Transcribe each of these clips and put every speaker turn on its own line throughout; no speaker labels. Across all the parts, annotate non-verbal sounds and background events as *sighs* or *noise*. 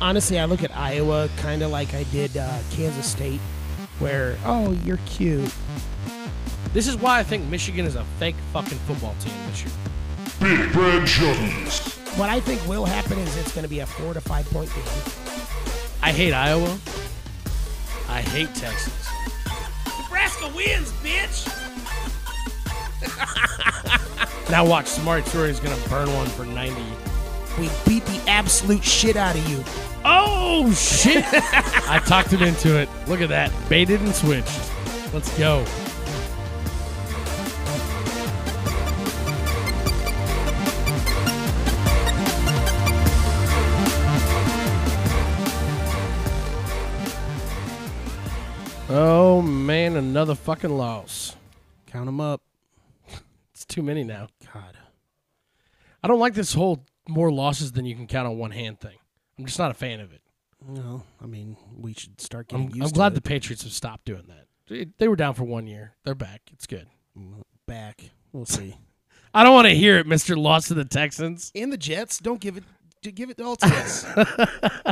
honestly, I look at Iowa kind of like I did uh, Kansas State, where oh you're cute.
This is why I think Michigan is a fake fucking football team this year.
Big Brad Jones.
What I think will happen is it's going to be a four to five point game.
I hate Iowa. I hate Texas. Nebraska wins, bitch! *laughs* now watch, Smart Tour is gonna burn one for 90.
We beat the absolute shit out of you. *laughs*
Oh, shit! I talked him into it. Look at that. Baited and switched. Let's go. Oh, man, another fucking loss.
Count them up.
*laughs* It's too many now.
God.
I don't like this whole more losses than you can count on one hand thing. I'm just not a fan of it.
No, I mean we should start getting
I'm,
used.
I'm
to
glad
it.
the Patriots have stopped doing that. They- They were down for one year. They're back. It's good.
Mm, back. We'll see.
*laughs* I don't want to hear it, Mister. Lost to the Texans.
and the Jets. Don't give it. d- Give it all to
*laughs*
us.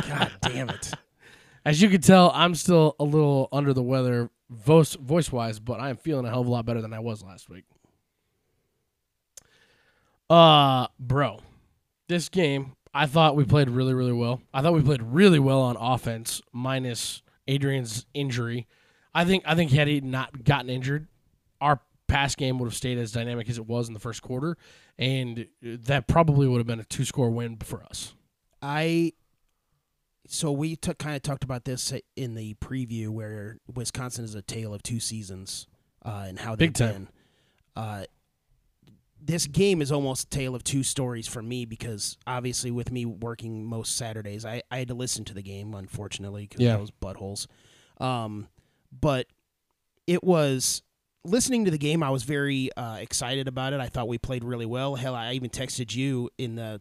God damn it.
As you can tell, I'm still a little under the weather voice voice wise, but I am feeling a hell of a lot better than I was last week. Uh, bro, this game I thought we played really really well. I thought we played really well on offense, minus Adrian's injury. I think I think had he not gotten injured, our pass game would have stayed as dynamic as it was in the first quarter, and that probably would have been a two score win for us.
I so we took kind of talked about this in the preview where Wisconsin is a tale of two seasons uh, and how they've
Big time.
been. Uh, this game is almost a tale of two stories for me because obviously with me working most Saturdays, I, I had to listen to the game unfortunately because
Yeah.
those buttholes. Um, but it was listening to the game. I was very uh, excited about it. I thought we played really well. Hell, I even texted you in the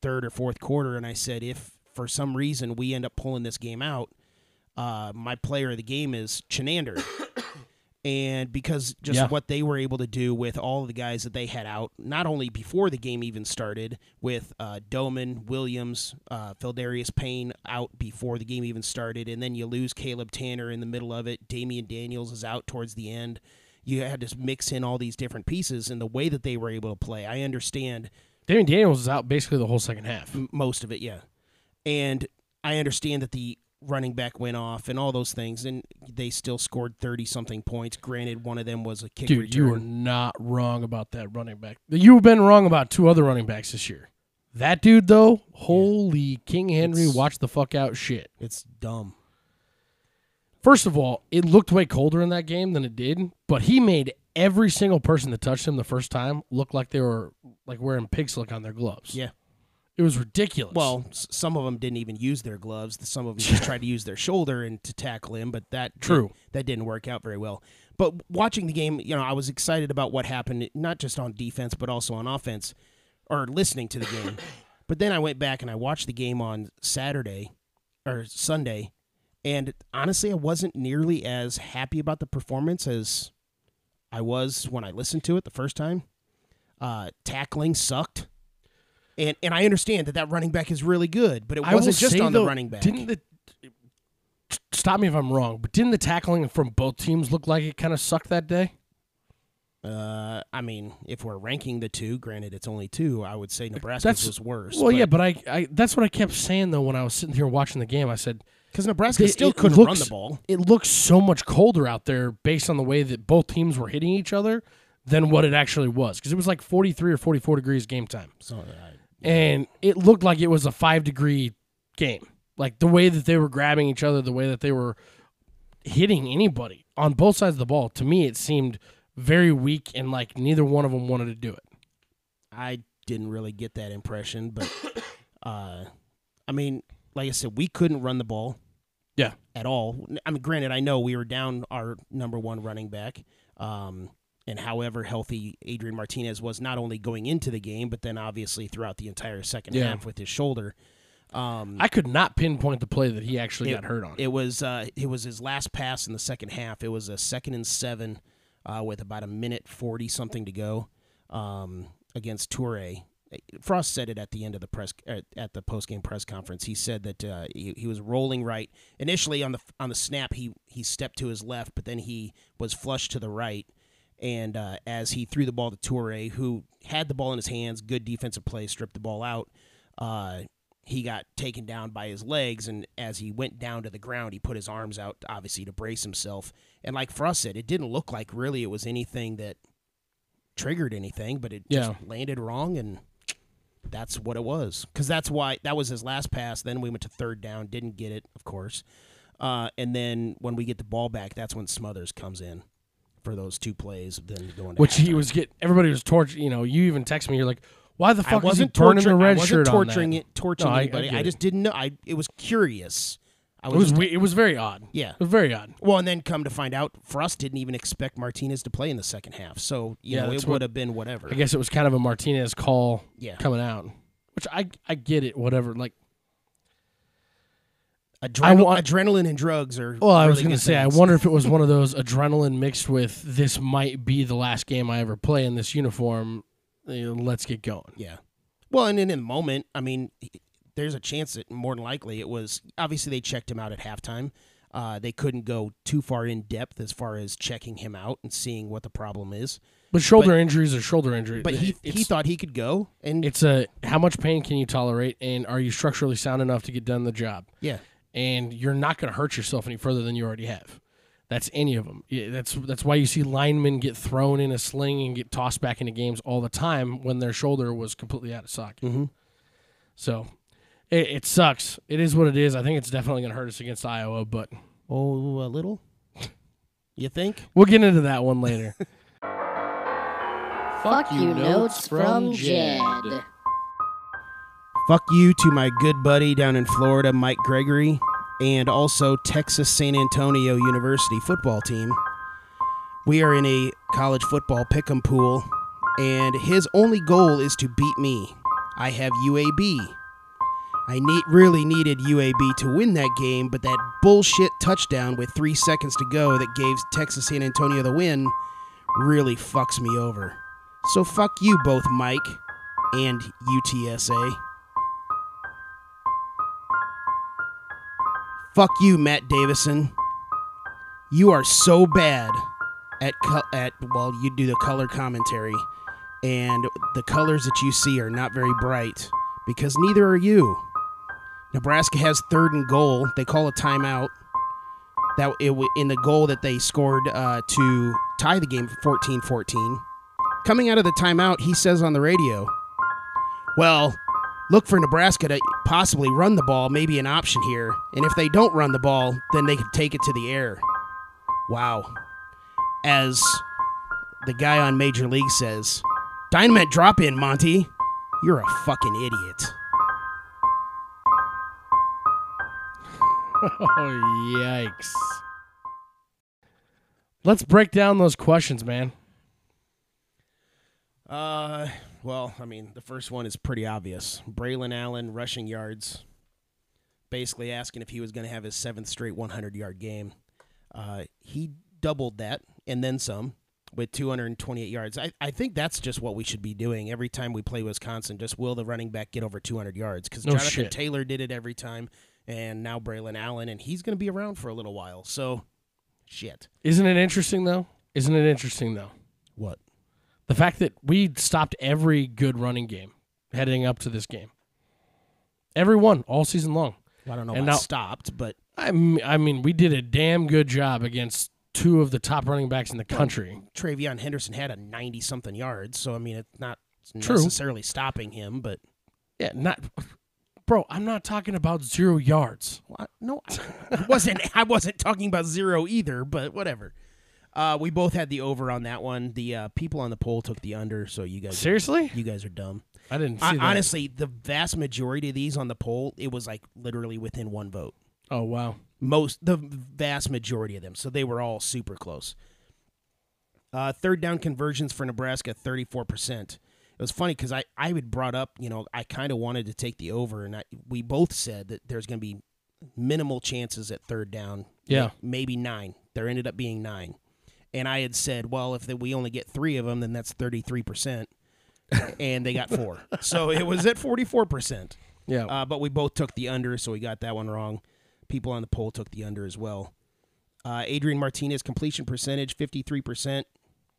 third or fourth quarter, and I said, if for some reason we end up pulling this game out, uh, my player of the game is Chenander. and because just
Yeah.
what they were able to do with all of the guys that they had out, not only before the game even started, with uh, Doman, Williams, uh, Feldarius Payne out before the game even started, and then you lose Caleb Tanner in the middle of it. Damian Daniels is out towards the end. You had to mix in all these different pieces, and the way that they were able to play, I understand
Damien Daniels was out basically the whole second half.
M- most of it, yeah. And I understand that the running back went off and all those things, and they still scored thirty something points. Granted, one of them was a kick
Dude,
return.
you were not wrong about that running back. You've been wrong about two other running backs this year. That dude, though, holy King Henry,
It's-
watch the fuck out shit.
it's dumb.
First of all, it looked way colder in that game than it did, but he made every single person that touched him the first time look like they were like wearing pig slick on their gloves.
Yeah.
It was ridiculous.
Well, s- some of them didn't even use their gloves. Some of them just tried to use their shoulder and to tackle him, but that
True.
that didn't work out very well. But watching the game, you know, I was excited about what happened, not just on defense but also on offense, or listening to the game. but then I went back and I watched the game on Saturday or Sunday, and honestly, I wasn't nearly as happy about the performance as I was when I listened to it the first time. Uh, tackling sucked. And, and I understand that that running back is really good, but it
I will
wasn't just
say,
on the
though,
running back.
Didn't the stop me if I'm wrong, but didn't the tackling from both teams look like it kind of sucked that day?
Uh, I mean, if we're ranking the two, granted it's only two, I would say Nebraska's
That's-
was worse.
Well, yeah, but I, I that's what I kept saying though when I was sitting here watching the game. I said
because Nebraska
It-
still
it
couldn't run
looks-
the ball.
it looks so much colder out there based on the way that both teams were hitting each other than what it actually was because it was like 43 or 44 degrees game time,
So
and it looked like it was a five degree game. Like the way that they were grabbing each other, the way that they were hitting anybody on both sides of the ball, to me it seemed very weak and like neither one of them wanted to do it.
I didn't really get that impression, but uh, I mean, like I said, we couldn't run the ball.
Yeah.
At all. I mean, granted, I know we were down our number one running back, um, and however healthy Adrian Martinez was, not only going into the game, but then obviously throughout the entire second
Yeah.
half with his shoulder. Um,
I could not pinpoint the play that he actually got hurt on.
It was uh, it was his last pass in the second half. It was a second and seven uh, with about a minute forty something to go um, against Toure, Frost said it at the end of the press at, at the post game press conference. He said that uh, he, he was rolling right initially on the on the snap. He he stepped to his left, but then he was flushed to the right. And uh, as he threw the ball to Toure, who had the ball in his hands, good defensive play, stripped the ball out. Uh, he got taken down by his legs, and as he went down to the ground, he put his arms out, obviously to brace himself. And like Frost said, it didn't look like really it was anything that triggered anything, but it just landed wrong, and that's what it was. Because that's why that was his last pass. Then we went to third down, didn't get it, of course. Uh, and then when we get the ball back, that's when Smothers comes in for those two plays. Then going to
Which he
halftime.
was get everybody was tortured. You know, you even text me. You're like, why the
I
fuck is he
wasn't
burning
torturing,
the
I
red
wasn't
shirt
torturing
on that?
it, torturing
No, I- I
anybody. I,
get
just didn't know. I it was curious. I
It was
just-
we- it was very odd.
yeah.
It was very odd.
Well, and then come to find out, Frost didn't even expect Martinez to play in the second half. So, you
Yeah,
know, it
that's
would
what-
have been whatever.
I guess it was kind of a Martinez call
Yeah.
coming out, which I I get it. Whatever. Like,
Adrenal-
want-
adrenaline and drugs are.
well, I was
really
gonna
good
say, I
things.
wonder if it was one of those adrenaline mixed with this might be the last game I ever play in this uniform. you know, Let's get going.
Yeah. Well, and then in the moment, I mean, he- there's a chance that more than likely it was. Obviously, they checked him out at halftime. Uh, they couldn't go too far in depth as far as checking him out and seeing what the problem is.
But shoulder injuries are shoulder injuries.
But he, he
It's-
thought he could go. And
it's a how much pain can you tolerate, and are you structurally sound enough to get done the job?
yeah.
and you're not going to hurt yourself any further than you already have. That's any of them. Yeah, that's that's why you see linemen get thrown in a sling and get tossed back into games all the time when their shoulder was completely out of socket.
Mhm.
So it, it sucks. It is what it is. I think it's definitely going to hurt us against Iowa, but
Oh, a little? You think?
we'll get into that one later.
Fuck you notes from Jed.
Fuck you to my good buddy down in Florida, Mike Gregory, and also Texas San Antonio University football team. We are in a college football pick'em pool, and his only goal is to beat me. I have UAB. I need, really needed UAB to win that game, but that bullshit touchdown with three seconds to go that gave Texas San Antonio the win really fucks me over. So fuck you both, Mike and UTSA. Fuck you, Matt Davison. You are so bad at co- at well, you do the color commentary, and the colors that you see are not very bright because neither are you. Nebraska has third and goal. They call a timeout. That it w- in the goal that they scored uh, to tie the game 14-14. Coming out of the timeout, he says on the radio, "Well, look for Nebraska to possibly run the ball, maybe an option here. And if they don't run the ball, then they can take it to the air. Wow. As the guy on Major League says, Dynamite drop in, Monty. You're a fucking idiot.
*laughs* oh yikes. Let's break down those questions, man.
Uh, well, I mean, the first one is pretty obvious. Braylon Allen rushing yards, basically asking if he was going to have his seventh straight 100 yard game. Uh, he doubled that and then some with 228 yards. I, I think that's just what we should be doing every time we play Wisconsin. Just will the running back get over 200 yards? Because
No
Jonathan
shit.
Taylor did it every time, and now Braylon Allen, and he's going to be around for a little while. So, shit.
Isn't it interesting though? Isn't it interesting though?
What?
The fact that we stopped every good running game heading up to this game. Every one, all season long.
I don't know.
And
why I
now-
stopped, but
I m- I mean, we did a damn good job against two of the top running backs in the country.
Travion Henderson had a 90 something yards, so I mean, it's not
True.
necessarily stopping him, but *laughs*
Yeah, not. Bro, I'm not talking about zero yards.
well, I- no, I *laughs* wasn't. I wasn't talking about zero either, but whatever. Uh, we both had the over on that one. The uh, people on the poll took the under, so you guys,
*laughs* Seriously?
you guys are dumb.
I didn't see
I,
that.
honestly, the vast majority of these on the poll, it was like literally within one vote.
Oh, wow.
most the vast majority of them so they were all super close uh, third down conversions for nebraska 34% it was funny because I, I had brought up you know i kind of wanted to take the over and I, we both said that there's going to be minimal chances at third down
Yeah.
maybe nine there ended up being nine and i had said well if we only get three of them then that's 33% and they got four. so it was at 44%.
Yeah.
Uh, but we both took the under, so we got that one wrong. People on the poll took the under as well. Uh, Adrian Martinez completion percentage 53%.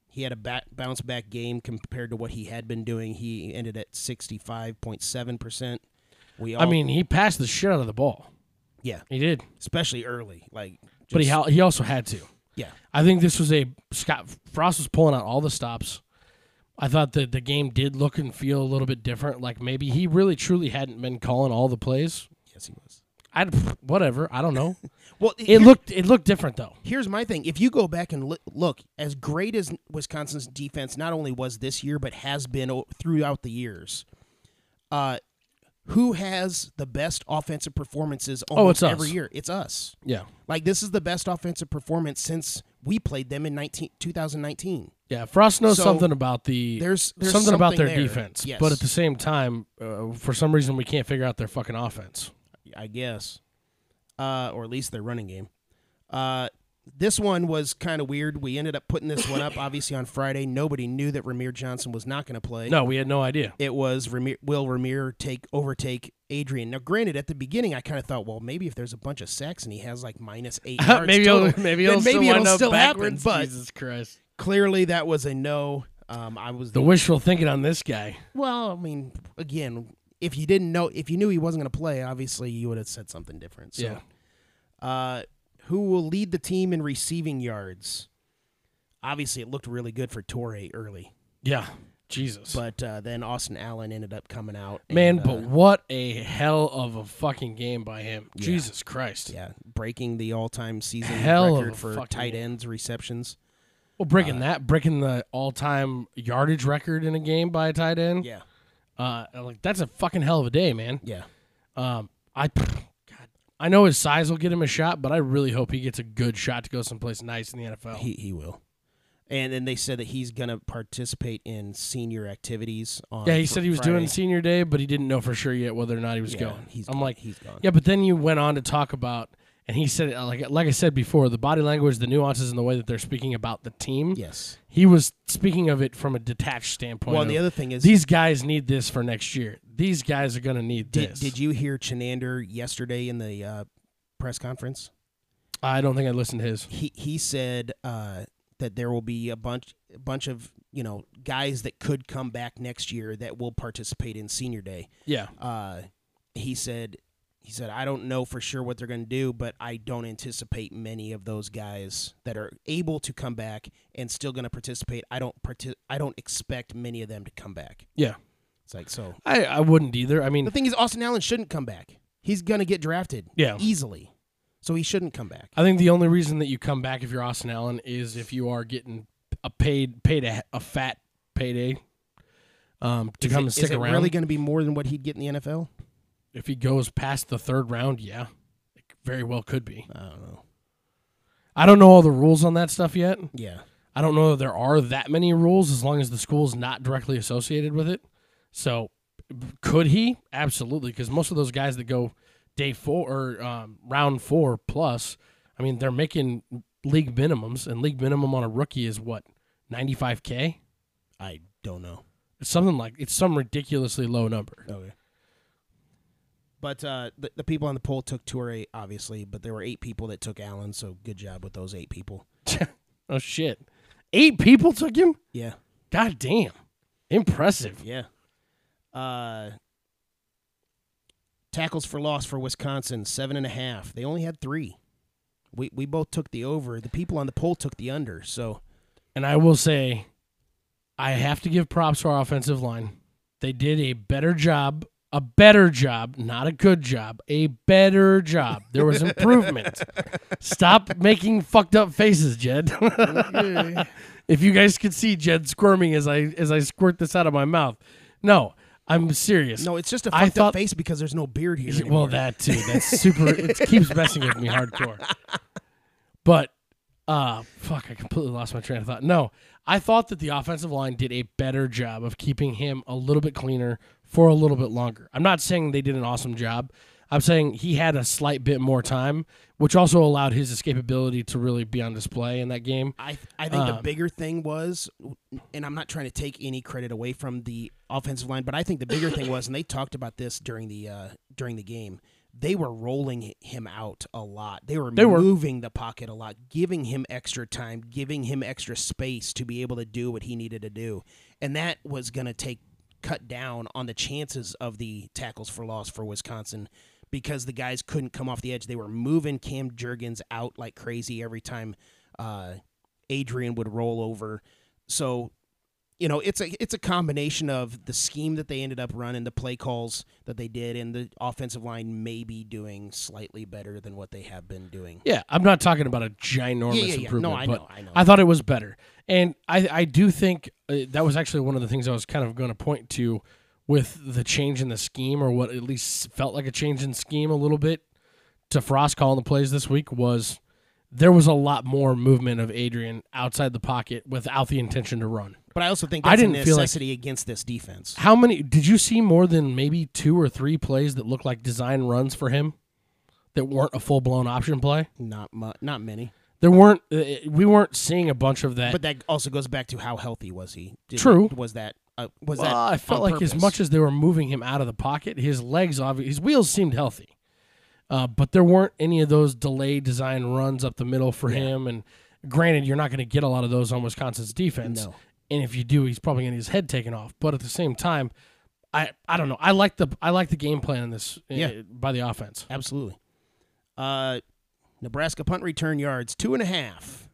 He had a back, bounce back game compared to what he had been doing. He ended at 65.7%. We all,
I mean, he passed the shit out of the ball.
yeah,
He did,
especially early. Like, just,
but he hel- he also had to.
yeah,
I think this was a Scott Frost was pulling out all the stops. I thought that the game did look and feel a little bit different. Like maybe he really truly hadn't been calling all the plays.
yes, he was.
I whatever. I don't *laughs* know.
Well,
It
here-
looked it looked different though.
Here's my thing. If you go back and look, look, as great as Wisconsin's defense not only was this year, but has been o- throughout the years, uh, who has the best offensive performances almost
Oh, it's us.
every year? It's us.
Yeah.
Like, this is the best offensive performance since we played them in 19, 2019.
Yeah, Frost knows
So,
something about the
there's- there's
something, about
something
their
there.
defense,
Yes.
but at the same time, uh, for some reason, we can't figure out their fucking offense.
I guess, uh, or at least their running game. Uh, this one was kind of weird. We ended up putting this one
*laughs*
up, obviously, on Friday. Nobody knew that Ramir Johnson was not going to play.
No, we had no idea.
it was Ramir, will Ramir take overtake Adrian. Now, granted, at the beginning, I kind of thought, well, maybe if there's a bunch of sacks and he has like
*laughs*
minus eight, yards
*laughs* maybe
total,
it'll, maybe
then
it'll
maybe
still
it'll
wind up
still happen.
backwards.
But
Jesus Christ,
clearly, that was a no. Um, I was
the wishful thinking on this guy.
well. I mean, again, if you didn't know, if you knew he wasn't going to play, obviously you would have said something different. So.
Yeah.
Uh, who will lead the team in receiving yards? Obviously, it looked really good for Torrey early,
Yeah, Jesus,
but uh, then Austin Allen ended up coming out. and,
man,
uh,
but what a hell of a fucking game by him. Jesus Christ.
Yeah, breaking the all-time season
Hell of
record
a
for
fucking
tight
game.
ends receptions.
Well,
Uh,
breaking that, breaking the all-time yardage record in a game by a tight end.
Yeah,
Uh, like that's a fucking hell of a day, man.
yeah.
Um, I, God, I know his size will get him a shot, but I really hope he gets a good shot to go someplace nice in the NFL.
He he will. And then they said that he's gonna participate in senior activities. On
yeah, he
fr-
said he was
Friday.
doing senior day, but he didn't know for sure yet whether or not he was
Yeah,
going.
he's
I'm
gone.
like,
he's gone.
yeah, but then you went on to talk about, and he said, uh, like, like I said before, the body language, the nuances, and the way that they're speaking about the team.
Yes.
He was speaking of it from a detached standpoint.
Well, and the
of,
other thing is,
Oh, these guys need this for next year. These guys are gonna need
did
this.
did you hear Chenander yesterday in the uh, press conference?
I don't think I listened to his.
He he said uh, that there will be a bunch a bunch of you know guys that could come back next year that will participate in senior day.
Yeah,
uh, he said he said I don't know for sure what they're going to do, but I don't anticipate many of those guys that are able to come back and still going to participate. I don't parti- I don't expect many of them to come back.
yeah.
It's like so.
I, I wouldn't either. I mean,
The thing is, Austin Allen shouldn't come back. He's going to get drafted
Yeah.
easily, so he shouldn't come back.
I think the only reason that you come back if you're Austin Allen is if you are getting a paid paid a, a fat payday um, to
Is
come
it-
and
is
stick
it
around.
really going to be more than what he'd get in the NFL?
if he goes past the third round, yeah, it very well could be.
I don't know.
I don't know all the rules on that stuff yet.
Yeah,
I don't know that there are that many rules as long as the school's not directly associated with it. So, could he? Absolutely, because most of those guys that go day four or um, round four plus, I mean, they're making league minimums, and league minimum on a rookie is what ninety five k.
I don't know.
It's something like it's some ridiculously low number. *laughs*
Okay. But uh, the, the people on the poll took Toure, obviously, but there were eight people that took Allen, so good job with those eight people.
oh shit, eight people took him.
Yeah.
God damn, impressive.
Yeah. Uh, tackles for loss for Wisconsin, seven and a half. They only had three. We, we both took the over. The people on the poll took the under, so
And I will say, I have to give props to our offensive line. They did a better job, a better job, not a good job, a better job. There was improvement. Stop making fucked up faces, Jed. *laughs* if you guys could see Jed squirming as I as I squirt this out of my mouth. No, I'm serious.
no, it's just a fucked
I
up
thought-
face because there's no beard here.
Yeah,
anymore.
*laughs* well, that too. That's super. it keeps messing with me hardcore. But uh, fuck, I completely lost my train of thought. No, I thought that the offensive line did a better job of keeping him a little bit cleaner for a little bit longer. I'm not saying they did an awesome job. I'm saying he had a slight bit more time, which also allowed his escapability to really be on display in that game.
I I think the
Um,
bigger thing was, and I'm not trying to take any credit away from the offensive line, but I think the bigger thing was, and they talked about this during the uh, during the game. They were rolling him out a lot. They were
They were.
moving the pocket a lot, giving him extra time, giving him extra space to be able to do what he needed to do, and that was going to take cut down on the chances of the tackles for loss for Wisconsin because the guys couldn't come off the edge. They were moving Cam Jurgens out like crazy every time uh, Adrian would roll over. So, you know, it's a it's a combination of the scheme that they ended up running, the play calls that they did, and the offensive line maybe doing slightly better than what they have been doing.
Yeah, I'm not talking about a ginormous
Yeah, yeah, yeah.
improvement.
No, I
but
know, I know.
I thought it was better, and I I do think uh, that was actually one of the things I was kind of going to point to with the change in the scheme, or what at least felt like a change in scheme a little bit to Frost calling the plays this week was there was a lot more movement of Adrian outside the pocket without the intention to run.
But I also think
I
that's a
didn't feel like-
necessity against this defense.
How many did you see more than maybe two or three plays that looked like design runs for him that weren't a full blown option play?
Not mu- not many.
There weren't uh, we weren't seeing a bunch of that.
But that also goes back to how healthy was he? Did-
True.
Was that uh, was
well,
that?
I felt
on
like as
purpose?
much as they were moving him out of the pocket, his legs, obviously, his wheels seemed healthy, uh, but there weren't any of those delayed design runs up the middle for him. And granted, you're not going to get a lot of those on Wisconsin's defense.
No.
And if you do, he's probably going to get his head taken off. But at the same time, I, I don't know. I like the I like the game plan in this uh,
Yeah.
by the offense.
Absolutely. Uh, Nebraska punt return yards two and a half.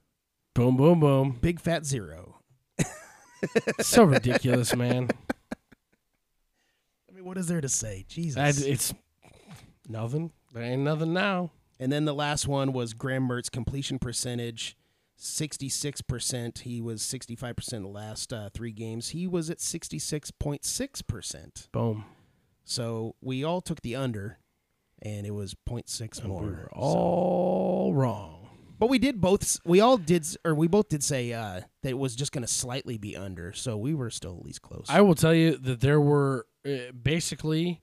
Boom, boom, boom.
Big fat zero.
so
*laughs*
ridiculous, man.
I mean, what is there to say? Jesus.
I, it's nothing. There ain't nothing now.
and then the last one was Graham Mertz completion percentage, sixty-six percent. He was sixty-five percent the last uh, three games. He was at sixty-six point six percent.
Boom.
So we all took the under, and it was 0.6 more.
We were all wrong.
But we did both. s- We all did, s- or we both did say uh, that it was just going to slightly be under. So we were still at least close.
I will tell you that there were uh, basically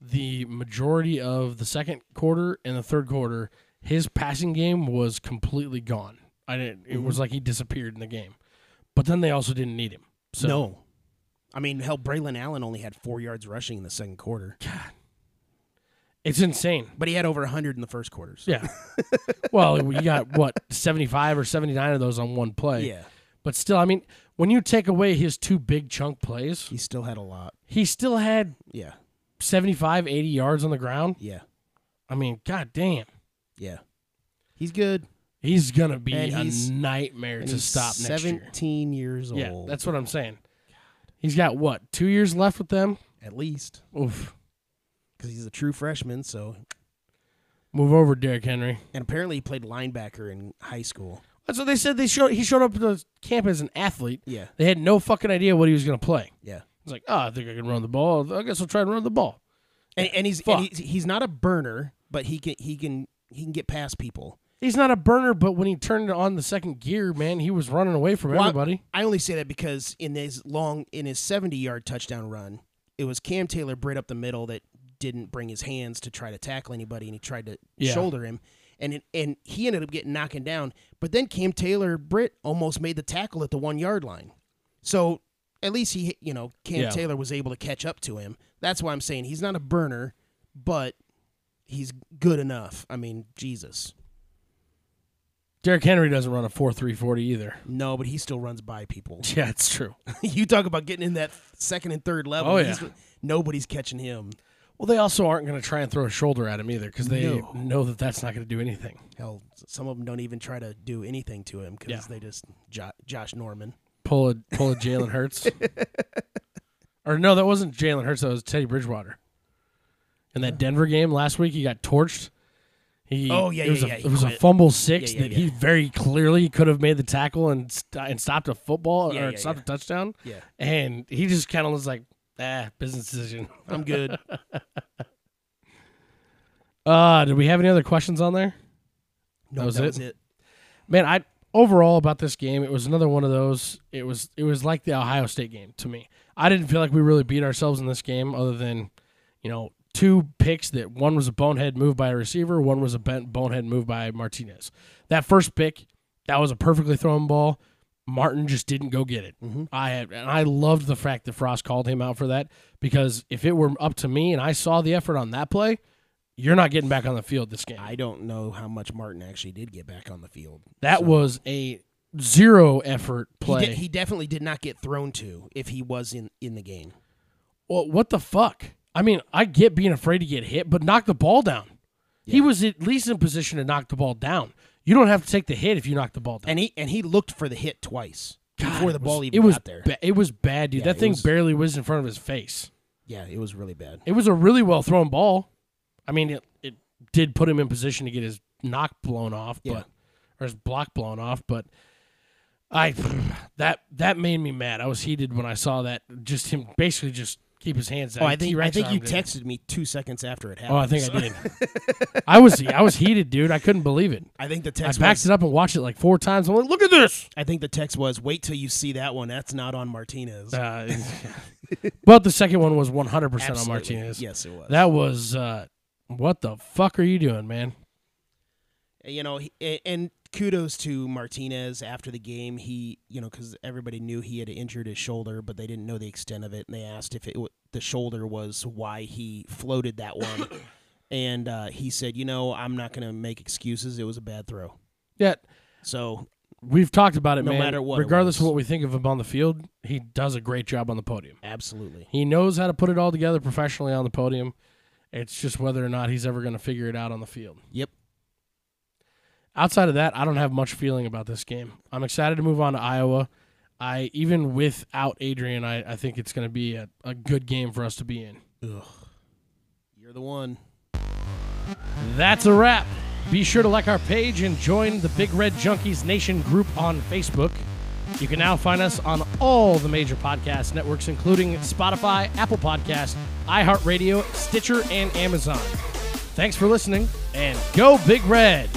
the majority of the second quarter and the third quarter. His passing game was completely gone. I didn't. It was like he disappeared in the game. But then they also didn't need him. So
no. I mean, hell, Braylon Allen only had four yards rushing in the second quarter,
it's insane.
but he had over 100 in the first quarter. So.
*laughs* Yeah. well, you got what seventy five or seventy nine of those on one play.
Yeah.
But still, I mean, when you take away his two big chunk plays,
He still had a lot.
he still had
Yeah.
75, 80 yards on the ground.
Yeah.
I mean, god damn.
Yeah. He's good.
He's gonna be
And
a
he's-
nightmare
And
to
he's
stop next year.
17 years old.
Yeah, that's what I'm saying. He's got what two years left with them.
at least
Oof.
because he's a true freshman. So,
Move over, Derrick Henry.
and apparently he played linebacker in high school.
That's what they said. They showed he showed up to camp as an athlete.
Yeah.
They had no fucking idea what he was gonna play.
Yeah.
It's like, oh, I think I can run the ball. I guess I'll try and run the ball.
And, and he's and
Fuck.
he's, he's not a burner, but he can he can he can get past people.
He's not a burner, but when he turned on the second gear, man, he was running away from
Well, I-
everybody.
I only say that because in his long in his 70 yard touchdown run, it was Cam Taylor Britt up the middle that didn't bring his hands to try to tackle anybody and he tried to
Yeah.
shoulder him and it, and he ended up getting knocking down, but then Cam Taylor Britt almost made the tackle at the 1 yard line. So at least he, you know, Cam
Yeah.
Taylor was able to catch up to him. That's why I'm saying he's not a burner, but he's good enough. I mean, Jesus.
Derrick Henry doesn't run a four three forty either. *laughs*
No, but he still runs by people.
Yeah, it's true.
*laughs* you talk about getting in that second and third level.
Oh,
he's-
yeah.
nobody's catching him.
Well, they also aren't going to try and throw a shoulder at him either because they
No.
know that that's not going to do anything.
Hell, some of them don't even try to do anything to him because
Yeah.
they just jo- Josh Norman.
Pull a pull a
*laughs*
Jalen Hurts, or no, that wasn't Jalen Hurts. That was Teddy Bridgewater. In that Denver game last week, he got torched. He,
Oh, yeah,
it was
yeah,
a,
yeah, he
It was a
quit.
fumble six
Yeah, yeah,
that he very clearly could have made the tackle and st- and stopped a football
Yeah,
or
yeah,
stopped
yeah.
a touchdown.
Yeah.
And he just kind of was like, ah, business decision. *laughs*
I'm good.
Uh, did we have any other questions on there?
No,
That was it?
it.
man i overall about this game it was another one of those it was it was like the ohio state game to me i didn't feel like we really beat ourselves in this game other than you know two picks that one was a bonehead move by a receiver, one was a bent bonehead move by Martinez. That first pick, that was a perfectly thrown ball. Martin just didn't go get it. I had, and I loved the fact that Frost called him out for that because if it were up to me and I saw the effort on that play, you're not getting back on the field this game.
I don't know how much Martin actually did get back on the field.
that was a zero effort
He,
play.
de- he definitely did not get thrown to if he was in, in the game.
well, what the fuck? I mean, I get being afraid to get hit, but knock the ball down. He was at least in position to knock the ball down. You don't have to take the hit if you knock the ball down.
And he and he looked for the hit twice
God,
before the
it was-
ball even
it was
got there.
ba- it was bad, dude.
Yeah,
that
it
thing
was-
barely whizzed in front of his face.
yeah, it was really bad.
It was a really well thrown ball. I mean, it, it did put him in position to get his knock blown off,
Yeah.
but or his block blown off, but I *sighs* that that made me mad. I was heated when I saw that. Just him basically just keep his hands down.
Oh, I think I
T-Rex
think you
armed him.
texted me two seconds after it happened.
Oh, I think
so-
I did. *laughs* I was I was heated, dude. I couldn't believe it.
I think the
I
text
backed
was,
it up and watched it like four times. I'm like, look
*laughs*
at this.
I think the text was wait till you see that one. That's not on Martinez.
Uh, *laughs* but the second one was 100 percent on
Absolutely.
Martinez.
Yes, it was.
That was uh, what the fuck are you doing, man?
you know, he, a- and kudos to Martinez after the game. He, you know, because everybody knew he had injured his shoulder, but they didn't know the extent of it, and they asked if it w- the shoulder was why he floated that one. *coughs* and uh, he said, you know, I'm not going to make excuses. It was a bad throw.
Yeah,
So
we've talked about it,
No
man.
matter what it
regardless of
was.
what we think of him on the field, he does a great job on the podium.
absolutely,
He knows how to put it all together professionally on the podium. It's just whether or not he's ever going to figure it out on the field.
yep.
outside of that, I don't have much feeling about this game. I'm excited to move on to Iowa. I even without Adrian, I, I think it's going to be a, a good game for us to be in.
Ugh. You're the one.
That's a wrap. Be sure to like our page and join the Big Red Junkies Nation group on Facebook. You can now find us on all the major podcast networks, including Spotify, Apple Podcasts, iHeartRadio, Stitcher, and Amazon. Thanks for listening, and go Big Red!